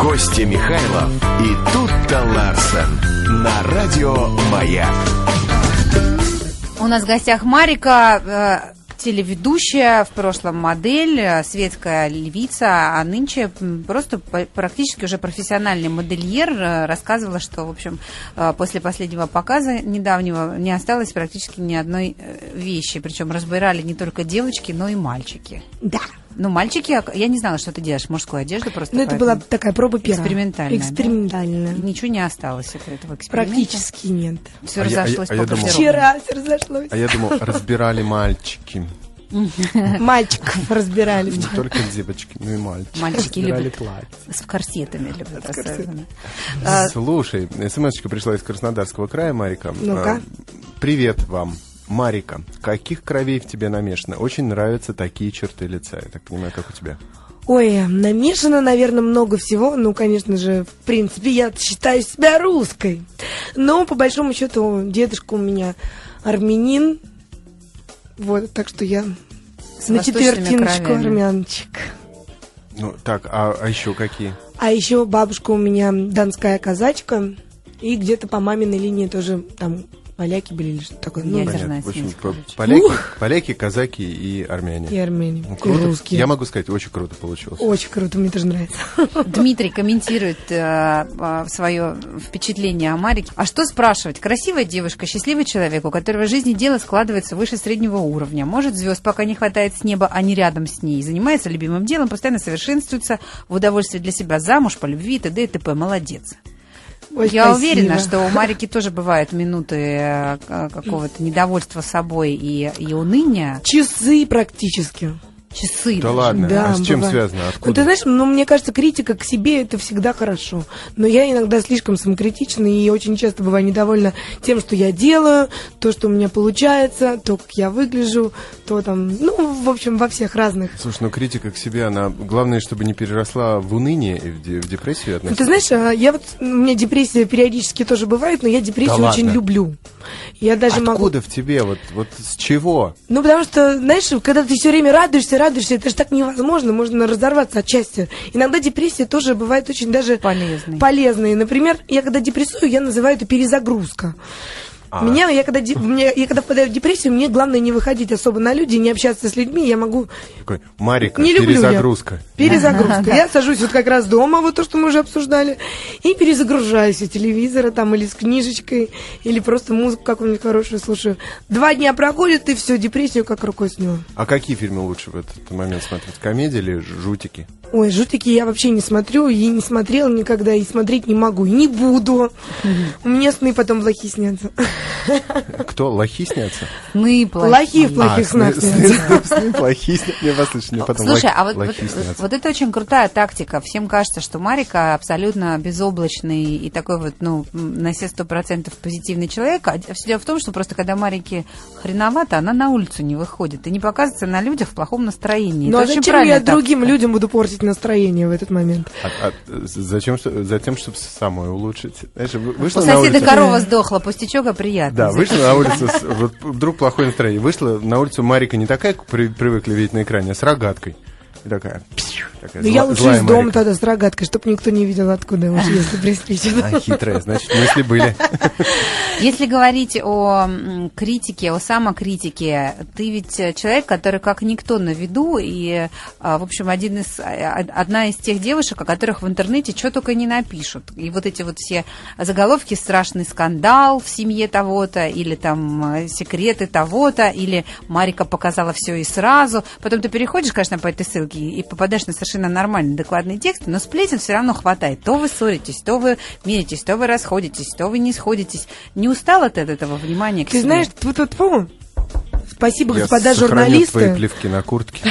Костя Михайлов и Тут-то Ларсен на радио «Маяк». У нас в гостях Марика, э, телеведущая, в прошлом модель, э, светская львица, а нынче м, просто п- практически уже профессиональный модельер э, рассказывала, что, в общем, э, после последнего показа недавнего не осталось практически ни одной э, вещи. Причем разбирали не только девочки, но и мальчики. Да. Ну, мальчики, я- я не знала, что ты делаешь мужскую одежду просто. Ну, это была поэтому такая проба пера. Экспериментальная, да? Экспериментальная. Ничего не осталось от этого эксперимента. Практически нет. Все А я- а я- разошлось а я по думал- гардеробу. Вчера всё разошлось. А я думал, разбирали мальчики. Мальчиков разбирали. Не только девочки, но и мальчики. Мальчики Разбирали любят. платье. С корсетами любят особенно. А Слушай, смс пришла из Краснодарского края, Марика. Ну-ка. А, Привет вам. Марика, каких кровей в тебе намешано? Очень нравятся такие черты лица. Я так понимаю, как у тебя. Ой, намешано, наверное, много всего. Ну, конечно же, в принципе, я считаю себя русской. Но, по большому счету, дедушка у меня армянин. Вот, так что я С на восточными четвертиночку кровями. армянчик. Ну, так, а, а еще какие? А еще бабушка у меня донская казачка. И где-то по маминой линии тоже там поляки были или что-то такое. Ну, Ядерная. Знаю, В общем, Смит, по- короче. поляки, поляки, казаки и армяне. и армяне. Ну, и круто. русские. Я могу сказать, очень круто получилось. Очень круто, мне тоже нравится. Дмитрий комментирует э, а, свое впечатление о Марике. А что спрашивать? Красивая девушка, счастливый человек, у которого в жизни дело складывается выше среднего уровня. Может, звезд пока не хватает с неба, а не рядом с ней. Занимается любимым делом, постоянно совершенствуется в удовольствие для себя замуж, по любви, т.д. и т.п. Молодец. Ой, Я спасибо. уверена, что у Марики тоже бывают минуты э, к- какого-то недовольства собой и, и уныния. Часы практически. Часы. Да даже. ладно, Да, а с чем бывает. связано? Ну, ты Откуда? знаешь, ну, мне кажется, критика к себе это всегда хорошо. Но я иногда слишком самокритична и очень часто бываю недовольна тем, что я делаю, то, что у меня получается, то, как я выгляжу, то там, ну, в общем, во всех разных. Слушай, ну критика к себе, она... Главное, чтобы не переросла в уныние и в, де- в депрессию Ну, относительно. ты знаешь, а, я вот, у меня депрессия периодически тоже бывает, но я депрессию Да очень ладно? люблю. Я даже могу... Откуда в тебе? Вот, вот с чего? Ну, потому что, знаешь, когда ты все время радуешься, радуешься, это же так невозможно, можно разорваться от счастья. Иногда депрессия тоже бывает очень даже Полезной. полезной. Например, я когда депрессую, я называю это перезагрузка. А. Меня, я когда, де- мне- я когда впадаю в депрессию, мне главное не выходить особо на люди, не общаться с людьми, я могу... Такой, Марика, Не люблю я. перезагрузка. Перезагрузка. Я сажусь вот как раз дома, вот то, что мы уже обсуждали, и перезагружаюсь у телевизора там или с книжечкой, или просто музыку какую-нибудь хорошую слушаю. Два дня проходят, и все, депрессию как рукой сняла. А какие фильмы лучше в этот момент смотреть? Комедии или жутики? Ой, жутики я вообще не смотрю, и не смотрела никогда, и смотреть не могу, и не буду. У меня сны потом плохие снятся. Кто? Лохи снятся? А, Сны, плохие. Плохие в плохих сны- снах сны- снятся. сны плохие снятся. Я вас слышу, мне потом Слушай, лохи- а вот, лохи вот, снятся. вот это очень крутая тактика. Всем кажется, что Марика абсолютно безоблачный и такой вот, ну, м, на все сто процентов позитивный человек. А все дело в том, что просто когда Марике хреновато, она на улицу не выходит и не показывается на людях в плохом настроении. Это Ну а очень зачем я правильная другим тактика. людям буду портить настроение в этот момент? А- а зачем, что- затем, чтобы самой улучшить. Знаешь, вы- У вышла на соседа улицу. корова сдохла, пустячок, а приятно. Да, вышла на улицу, с- вот вдруг плохое настроение. Вышла на улицу Марика не такая, как при- привыкли видеть на экране, а с рогаткой. И такая, псих, такая Ну зла- я лучше злая из дома Марика. тогда с рогаткой, чтобы никто не видел, откуда уж если приспичит. А, хитрая, значит, мысли были. Если говорить о м, критике, о самокритике, ты ведь э, человек, который как никто на виду, и, а, в общем, один из, а, од- одна из тех девушек, о которых в интернете что только не напишут. И вот эти вот все заголовки «Страшный скандал в семье того-то», или там э, «Секреты того-то», или «Марика показала все и сразу». Потом ты переходишь, конечно, по этой ссылке и попадаешь на совершенно нормальный, адекватный текст, но сплетен все равно хватает. То вы ссоритесь, то вы миритесь, то вы расходитесь, то вы не сходитесь. Не устал от этого внимания к Ты себе? знаешь, тут вот Спасибо, Я господа сохраню твои журналисты. плевки на куртке.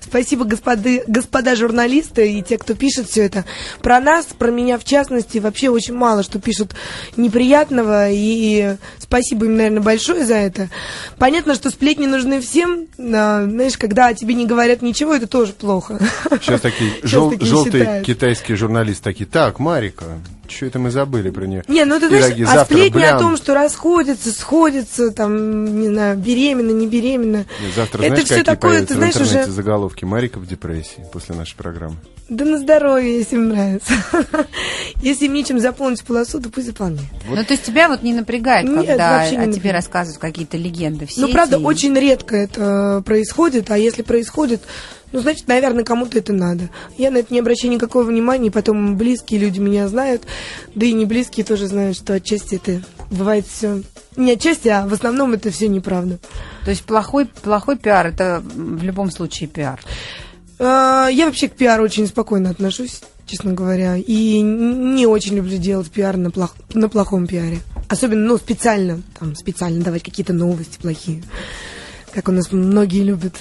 Спасибо, господы, господа журналисты и те, кто пишет все это. Про нас, про меня в частности, вообще очень мало что пишут неприятного. И спасибо им, наверное, большое за это. Понятно, что сплетни нужны всем. а, Знаешь, когда о тебе не говорят ничего, это тоже плохо. Сейчас такие Сейчас жел- такие желтые считают. китайские журналисты такие. Так, Марика, что это мы забыли про нее? Не, ну ты знаешь, Пироги а завтра, сплетни о блям. том, что расходятся, сходятся, там, не знаю, беременна, не беременна. Завтра это знаешь, все какие такое, ты появятся в знаешь, интернете уже... заголовки? Марика в депрессии после нашей программы. Да на здоровье, если им нравится. Если им нечем заполнить полосу, то пусть заполняет. Ну, то есть тебя вот не напрягает, Нет, когда вообще не о тебе напрягает. рассказывают какие-то легенды в Ну, сети? правда, очень редко это происходит, а если происходит, ну, значит, наверное, кому-то это надо. Я на это не обращаю никакого внимания, и потом близкие люди меня знают, да и не близкие тоже знают, что отчасти это бывает все... Не отчасти, а в основном это все неправда. То есть плохой, плохой пиар – это м, в любом случае пиар. Э, Я вообще к пиару очень спокойно отношусь, честно говоря, и н- не очень люблю делать пиар на, плох- на плохом пиаре. Особенно, ну, специально, там, специально давать какие-то новости плохие, как у нас многие любят.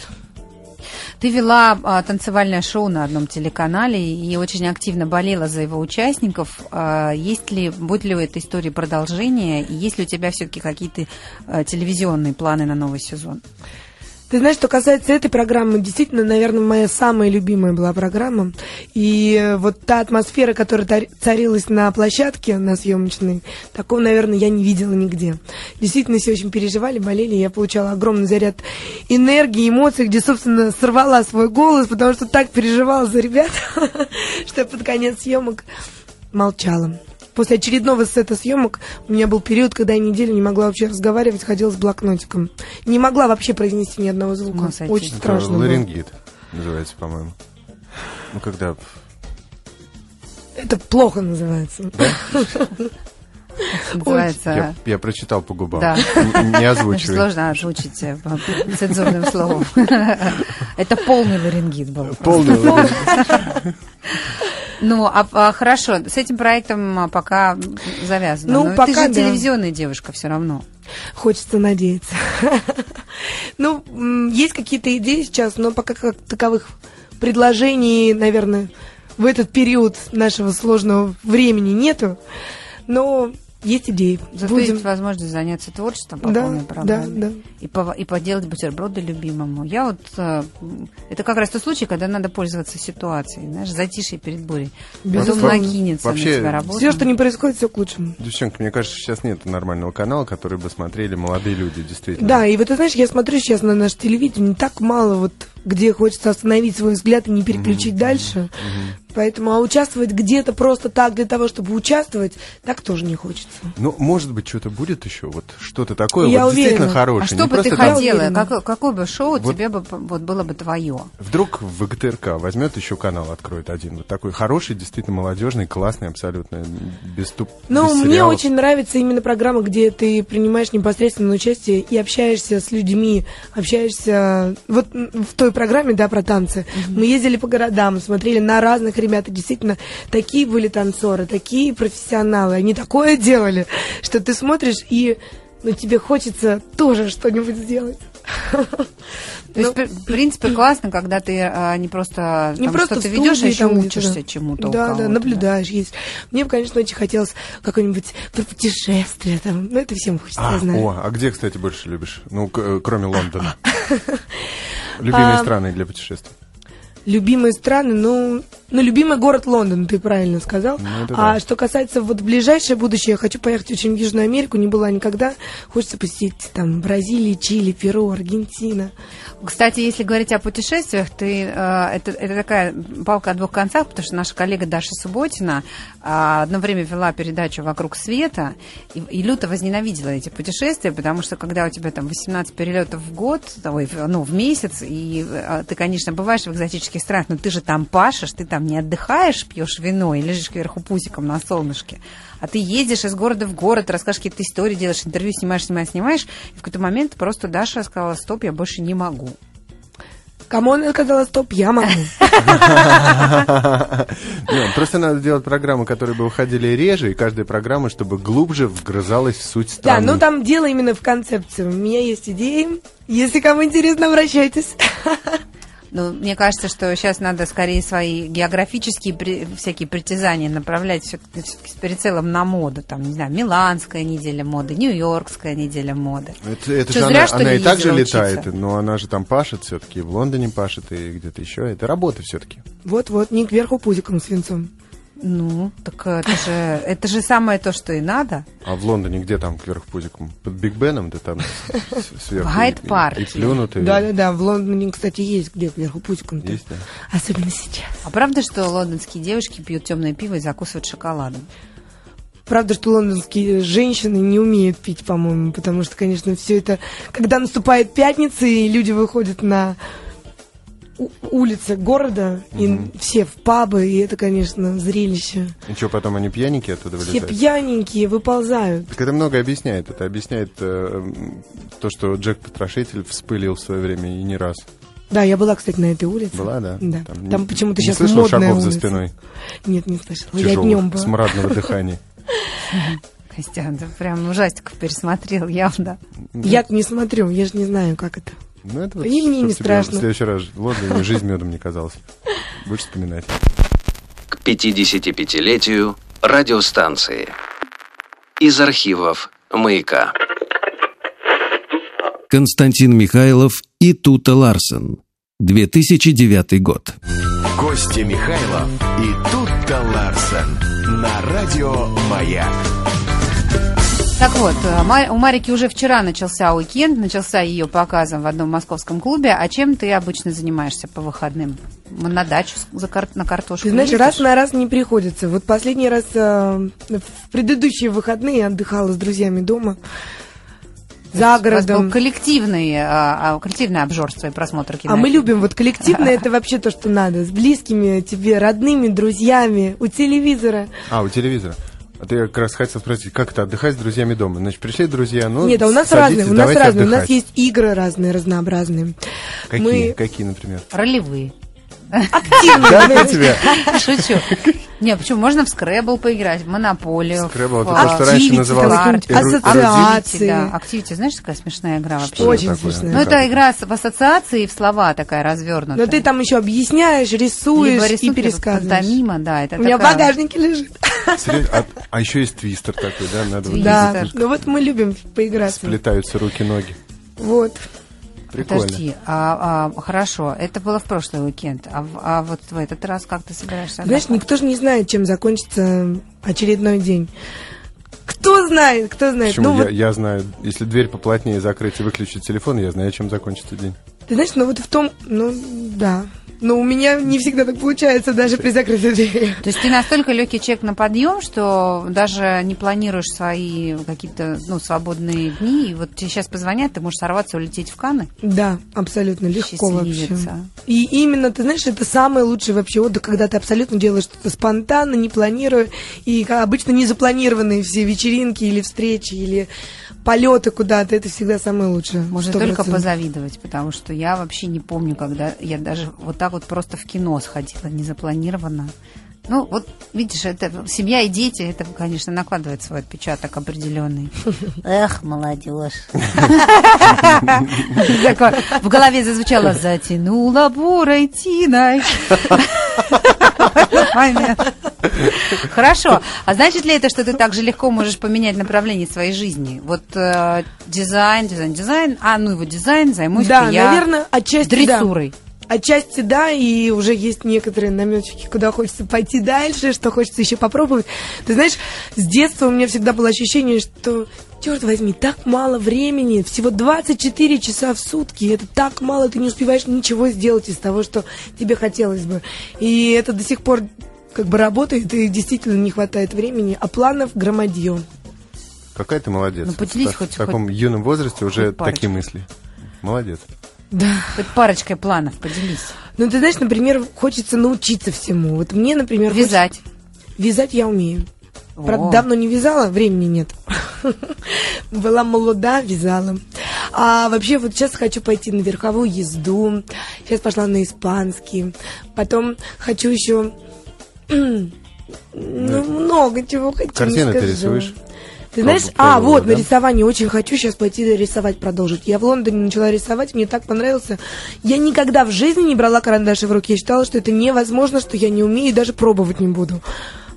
Ты вела а, танцевальное шоу на одном телеканале и очень активно болела за его участников. А, есть ли, будет ли у этой истории продолжение? И есть ли у тебя все-таки какие-то а, телевизионные планы на новый сезон? Ты знаешь, что касается этой программы, действительно, наверное, моя самая любимая была программа. И э, вот та атмосфера, которая тари- царилась на площадке, на съемочной, такого, наверное, я не видела нигде. Действительно, все очень переживали, болели. Я получала огромный заряд энергии, эмоций, где, собственно, сорвала свой голос, потому что так переживала за ребят, что я под конец съемок молчала. После очередного сета съемок у меня был период, когда я неделю не могла вообще разговаривать, ходила с блокнотиком. Не могла вообще произнести ни одного С звука. ума сойти. Очень Это Это страшно. было. ларингит называется, по-моему. Ну, когда... Это плохо называется. Я, Называется... я прочитал по губам. Да. Н- Не Очень озвучивай. сложно озвучить э, по- цензурным словом. Это полный ларингит был. Полный ларингит. Ну, а, а, хорошо, с этим проектом а, пока завязано. Ну, Но ты пока же да. телевизионная девушка все равно. Хочется надеяться. Ну, м, есть какие-то идеи сейчас, но пока как таковых предложений, наверное, в этот период нашего сложного времени нету. Но есть идеи. Зато Будем. есть возможность заняться творчеством по Да, полной да, программе. да. И, по- и поделать бутерброды любимому. Я вот... э, м, это как раз тот случай, когда надо пользоваться ситуацией. Знаешь, затишье перед бурей. Безумно Безусловно. накинется Вообще, на тебя работа. Все, что не происходит, все к лучшему. Девчонки, мне кажется, сейчас нет нормального канала, который бы смотрели молодые люди, действительно. Да, и вот ты знаешь, я смотрю сейчас на наше телевидение, так мало вот, где хочется остановить свой взгляд и не переключить дальше. Поэтому а участвовать где-то просто так для того, чтобы участвовать, так тоже не хочется. Ну, может быть, что-то будет еще, вот что-то такое, Я вот действительно уверена. хорошее. а не что бы просто ты там- хотела? Уверена. Как- какое бы шоу Вот. тебе бы п- вот, было бы твое? Вдруг в ГТРК возьмет еще канал, откроет один. Вот такой хороший, действительно молодежный, классный, абсолютно без туп. Но без Ну, мне сериалов. очень нравится именно программа, где ты принимаешь непосредственное участие и общаешься с людьми, общаешься э, вот м, в той программе, да, про танцы. Мы ездили по городам, смотрели на разных ребят, и действительно такие были танцоры, такие профессионалы, они такое делали, что ты смотришь и ну, тебе хочется тоже что-нибудь сделать. То есть, Ну, пр- в принципе, классно, когда ты а, не просто, Не там просто что-то в ведешь, а студии еще там где-то, учишься да. чему-то. у Да, да, кого-то, наблюдаешь, есть. Мне бы, конечно, очень хотелось какое-нибудь про путешествие там. Ну, это всем хочется, А, я знаю. о, а где, кстати, больше любишь? Ну, к- э, кроме Лондона. Любимые А, страны для путешествий. Любимые страны, ну, ну, любимый город Лондон, ты правильно сказал. Ну, это а да. что касается вот ближайшее будущее, я хочу поехать очень в Южную Америку, не была никогда. Хочется посетить там Бразилию, Чили, Перу, Аргентина. Кстати, если говорить о путешествиях, ты, э, это, это такая палка о двух концах, потому что наша коллега Даша Субботина а, одно время вела передачу «Вокруг света» и, и люто возненавидела эти путешествия, потому что когда у тебя там 18 перелетов в год, ой, в- ну, в месяц, и э, ты, конечно, бываешь в экзотических странах, но ты же там пашешь, ты там не отдыхаешь, пьешь вино и лежишь кверху пузиком на солнышке, а ты едешь из города в город, расскажешь какие-то истории, делаешь интервью, снимаешь, снимаешь, снимаешь, и в какой-то момент просто Даша сказала, стоп, я больше не могу. Камон, я сказала, стоп, я могу. Не, Просто надо делать программы, которые бы выходили реже, и каждая программа, чтобы глубже вгрызалась в суть Да, страны. ну там дело именно в концепции. У меня есть идеи. Если кому интересно, обращайтесь. Ну, мне кажется, что сейчас надо скорее свои географические при- всякие притязания направлять все-таки, с прицелом на моду. Там, не знаю, Миланская неделя моды, Нью-Йоркская неделя моды. Это, это Что, же зря, она, что она ли, и так же ездила летает, учиться? но она же там пашет все-таки, в Лондоне пашет и где-то еще. Это работа все-таки. Вот-вот, не кверху пузиком свинцом. Ну, так это же, это же самое то, что и надо. А в Лондоне где там кверх пузиком? Под Биг Беном, да там с- сверху. В Хайд и- и- Парке. И плюнутые. Да-да-да, в Лондоне, кстати, есть где вверху путиком. Есть, да? Особенно сейчас. А правда, что лондонские девушки пьют темное пиво и закусывают шоколадом? Правда, что лондонские женщины не умеют пить, по-моему, потому что, конечно, все это... Когда наступает пятница, и люди выходят на у- улицы города, и все в пабы, и это, конечно, зрелище. И что, потом они пьяненькие оттуда Все вылезают? пьяненькие выползают. Так это много объясняет. Это объясняет э, м, то, что Джек Потрошитель вспылил в свое время и не раз. Да, я была, кстати, на этой улице. Была, да? Да. Там, не- почему-то не сейчас слышала модная шагов улица. за спиной Нет, не слышала. я днем тяжелых, была. смрадного дыхания. Костян, ты прям ужастиков пересмотрел явно. Я не смотрю, я же не знаю, как это. Ну, это И мне чтоб не тебе страшно. В следующий раз в Лондоне жизнь медом не казалась. Будешь вспоминать. к 55-летию радиостанции. Из архивов «Маяка». Константин Михайлов и Тута Ларсен. 2009 год. Костя Михайлов и Тутта Ларсен на радио Маяк. Так вот, э, Ма- у Марики уже вчера начался уикенд, начался ее показом в одном московском клубе. А чем ты обычно занимаешься по выходным? М, На дачу с- за кар- на картошку? Ты знаешь, ездишь? раз на раз не приходится. Вот последний раз э, в предыдущие выходные я отдыхала с друзьями дома. За У вас был городом. коллективный, э, а, коллективное обжорство и просмотр кино. А мы любим вот коллективное, это вообще то, что надо. С близкими тебе, родными, друзьями, у телевизора. А, у телевизора. А ты как раз хотел спросить, как это отдыхать с друзьями дома? Значит, пришли друзья, ну, Нет, а у нас садитесь, разные, у нас давайте разные. У нас отдыхать. есть игры разные, разнообразные. Какие, Мы какие, например? Ролевые. Да, ну тебя. Шучу. Не, почему? Можно в скребл поиграть, в монополию. в, Scrabble, это то, что а, раньше Activity, называлось карты. эру- ассоциации. Activity, да. Activity, знаешь, такая смешная игра вообще? это очень такое? смешно. Ну, это игра с- в ассоциации и в слова такая развернутая. Но Ну, ты там еще объясняешь, рисуешь и пересказываешь. Мимо, да, это У меня в такая- багажнике лежит. Серьезно? А, а еще есть твистер такой, да? Надо вот Твистер. Да, Твистер. ну вот мы любим поиграться. сплетаются руки-ноги. Вот. Прикольно. Подожди, а, а, хорошо, это было в прошлый уикенд, а, в- а вот в этот раз как ты собираешься? Знаешь, отдохнуть? никто же не знает, чем закончится очередной день. Кто знает, кто знает. Почему? ну я, вот, я знаю, если дверь поплотнее закрыть и выключить телефон, я знаю, чем закончится день. ты знаешь, ну вот в том, ну да. Но у меня не всегда так получается, даже при закрытой двери. То есть ты настолько легкий человек на подъем, что даже не планируешь свои какие-то ну, свободные дни, и вот тебе сейчас позвонят, ты можешь сорваться, улететь в Каны. Да, абсолютно легко вообще. Счастливец, а. И именно, ты знаешь, это самый лучший вообще отдых, когда ты абсолютно делаешь что-то спонтанно, не планируя. И как обычно незапланированные все вечеринки или встречи, или полеты куда-то, это всегда самое лучшее. Можно 100%. только позавидовать, потому что я вообще не помню, когда я даже вот так вот просто в кино сходила, незапланированно. Ну, вот видишь, это семья и дети, это, конечно, накладывает свой отпечаток определенный. Эх, молодежь. Такое В голове зазвучало «Затянула бурой тиной». Момент. Хорошо. А значит ли это, что ты так же легко можешь поменять направление своей жизни? Вот э, дизайн, дизайн, дизайн. А, ну его дизайн, займусь Да, я наверное, отчасти дрессурой. да. Отчасти да, и уже есть некоторые наметчики, куда хочется пойти дальше, что хочется еще попробовать. Ты знаешь, с детства у меня всегда было ощущение, что, черт возьми, так мало времени, всего 24 часа в сутки, это так мало, ты не успеваешь ничего сделать из того, что тебе хотелось бы. И это до сих пор как бы работает, и действительно не хватает времени, а планов громадье. Какая ты молодец. Ну, поделись в, та- хоть- в таком юном возрасте уже парочку. такие мысли. Молодец. Да. Хоть парочкой планов поделись. Ну, ты знаешь, например, хочется научиться всему. Вот мне, например, хочется- Вязать. Вязать я умею. Правда, О. давно не вязала, времени нет. Была молода, вязала. А вообще вот сейчас хочу пойти на верховую езду. Сейчас пошла на испанский. Потом хочу еще... Ну, много чего хочу. не Картины ты скажу. рисуешь? Ты знаешь, Пробовала, а, вот, да? на рисование очень хочу сейчас пойти рисовать, продолжить. Я в Лондоне начала рисовать, мне так понравился. Я никогда в жизни не брала карандаши в руки. Я считала, что это невозможно, что я не умею и даже пробовать не буду.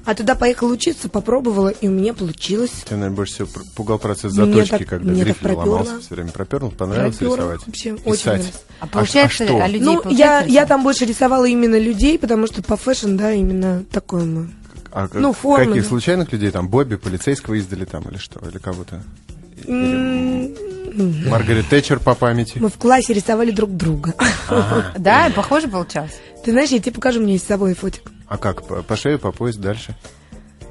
А туда поехала учиться, попробовала, и у меня получилось. Ты, наверное, больше всего пр- пугал процесс Мне заточки, так- когда мне так грифель пропёрло. ломался, все время проперло, понравилось Пропёрло рисовать. вообще, Писать. очень нравится. А ш- получается, что? а людей Ну, получается я, я рисовать? там больше рисовала именно людей, потому что по фэшн, да, именно такое мы. А как- Ну, формы, каких да. случайных людей там? Бобби, полицейского издали там или что? Или кого-то? М, М-м-м. Маргарет Тэтчер по памяти. Мы в классе рисовали друг друга. Да, похоже получалось. Ты знаешь, я тебе покажу, мне есть с собой фотик. А как? По, по шею, по пояс, дальше?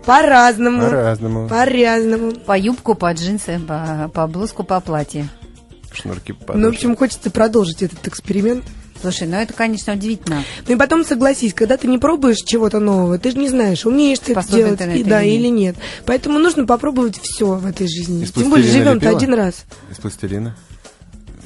По-разному. По-разному. По-разному. По юбку, по джинсы, по, по блузку, по платье. Шнурки по Ну, в общем, хочется продолжить этот эксперимент. Слушай, ну это, конечно, удивительно. Ну и потом согласись, когда ты не пробуешь чего-то нового, ты же не знаешь, умеешь ты это Способен делать, ты на и- это да, или или нет. Поэтому нужно попробовать все в этой жизни. Из Тем более пластилина живем-то лепила? один раз. Из пластилина?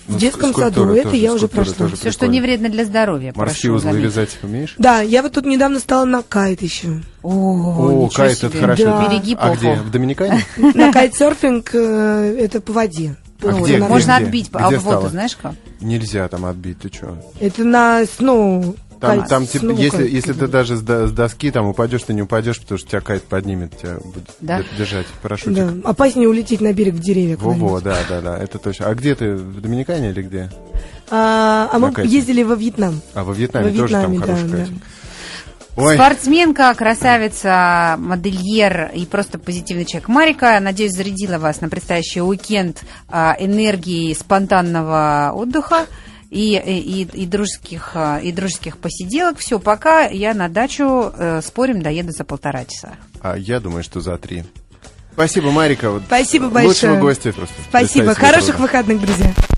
В детском ск- скульптуры саду, это я уже скульптуры прошла. тоже Все, что не прикольно. вредно для здоровья. Морские прошу узлы заметить. вязать умеешь? Да, я вот тут недавно стала на кайт еще. О, О, ничего кайт, это себе. хорошо. Да. Береги А попу. где? В Доминикане? На кайтсерфинг э, это по воде. А Ну, где, на- где? Можно отбить по- Где а вот стало? знаешь как? Нельзя там отбить, ты что? Это на сноу. Там, кайт- там типа, сноу если, кайт. если ты даже с до- с доски там упадешь, ты не упадешь, потому что тебя кайт поднимет, тебя будет Да? д- держать парашютик. Да, опаснее улететь на берег в деревья. Во-во, куда-нибудь. да, да, да, это точно. А где ты, в Доминикане или где? А, а мы На кайте. ездили во Вьетнам. А во Вьетнаме, Во тоже там Вьетнаме, да, хороший да. кайтинг. Ой, Спортсменка, красавица, модельер и просто позитивный человек Марика, надеюсь, зарядила вас на предстоящий уикенд а, энергией спонтанного отдыха и, и, и дружеских, а, и дружеских посиделок. Все, пока я на дачу, э, спорим, доеду за полтора часа. а я думаю, что за три. Спасибо, Марика. вот э, Спасибо Лучшего большое. гостя просто. Спасибо. Представитель Хороших труда. выходных, друзья.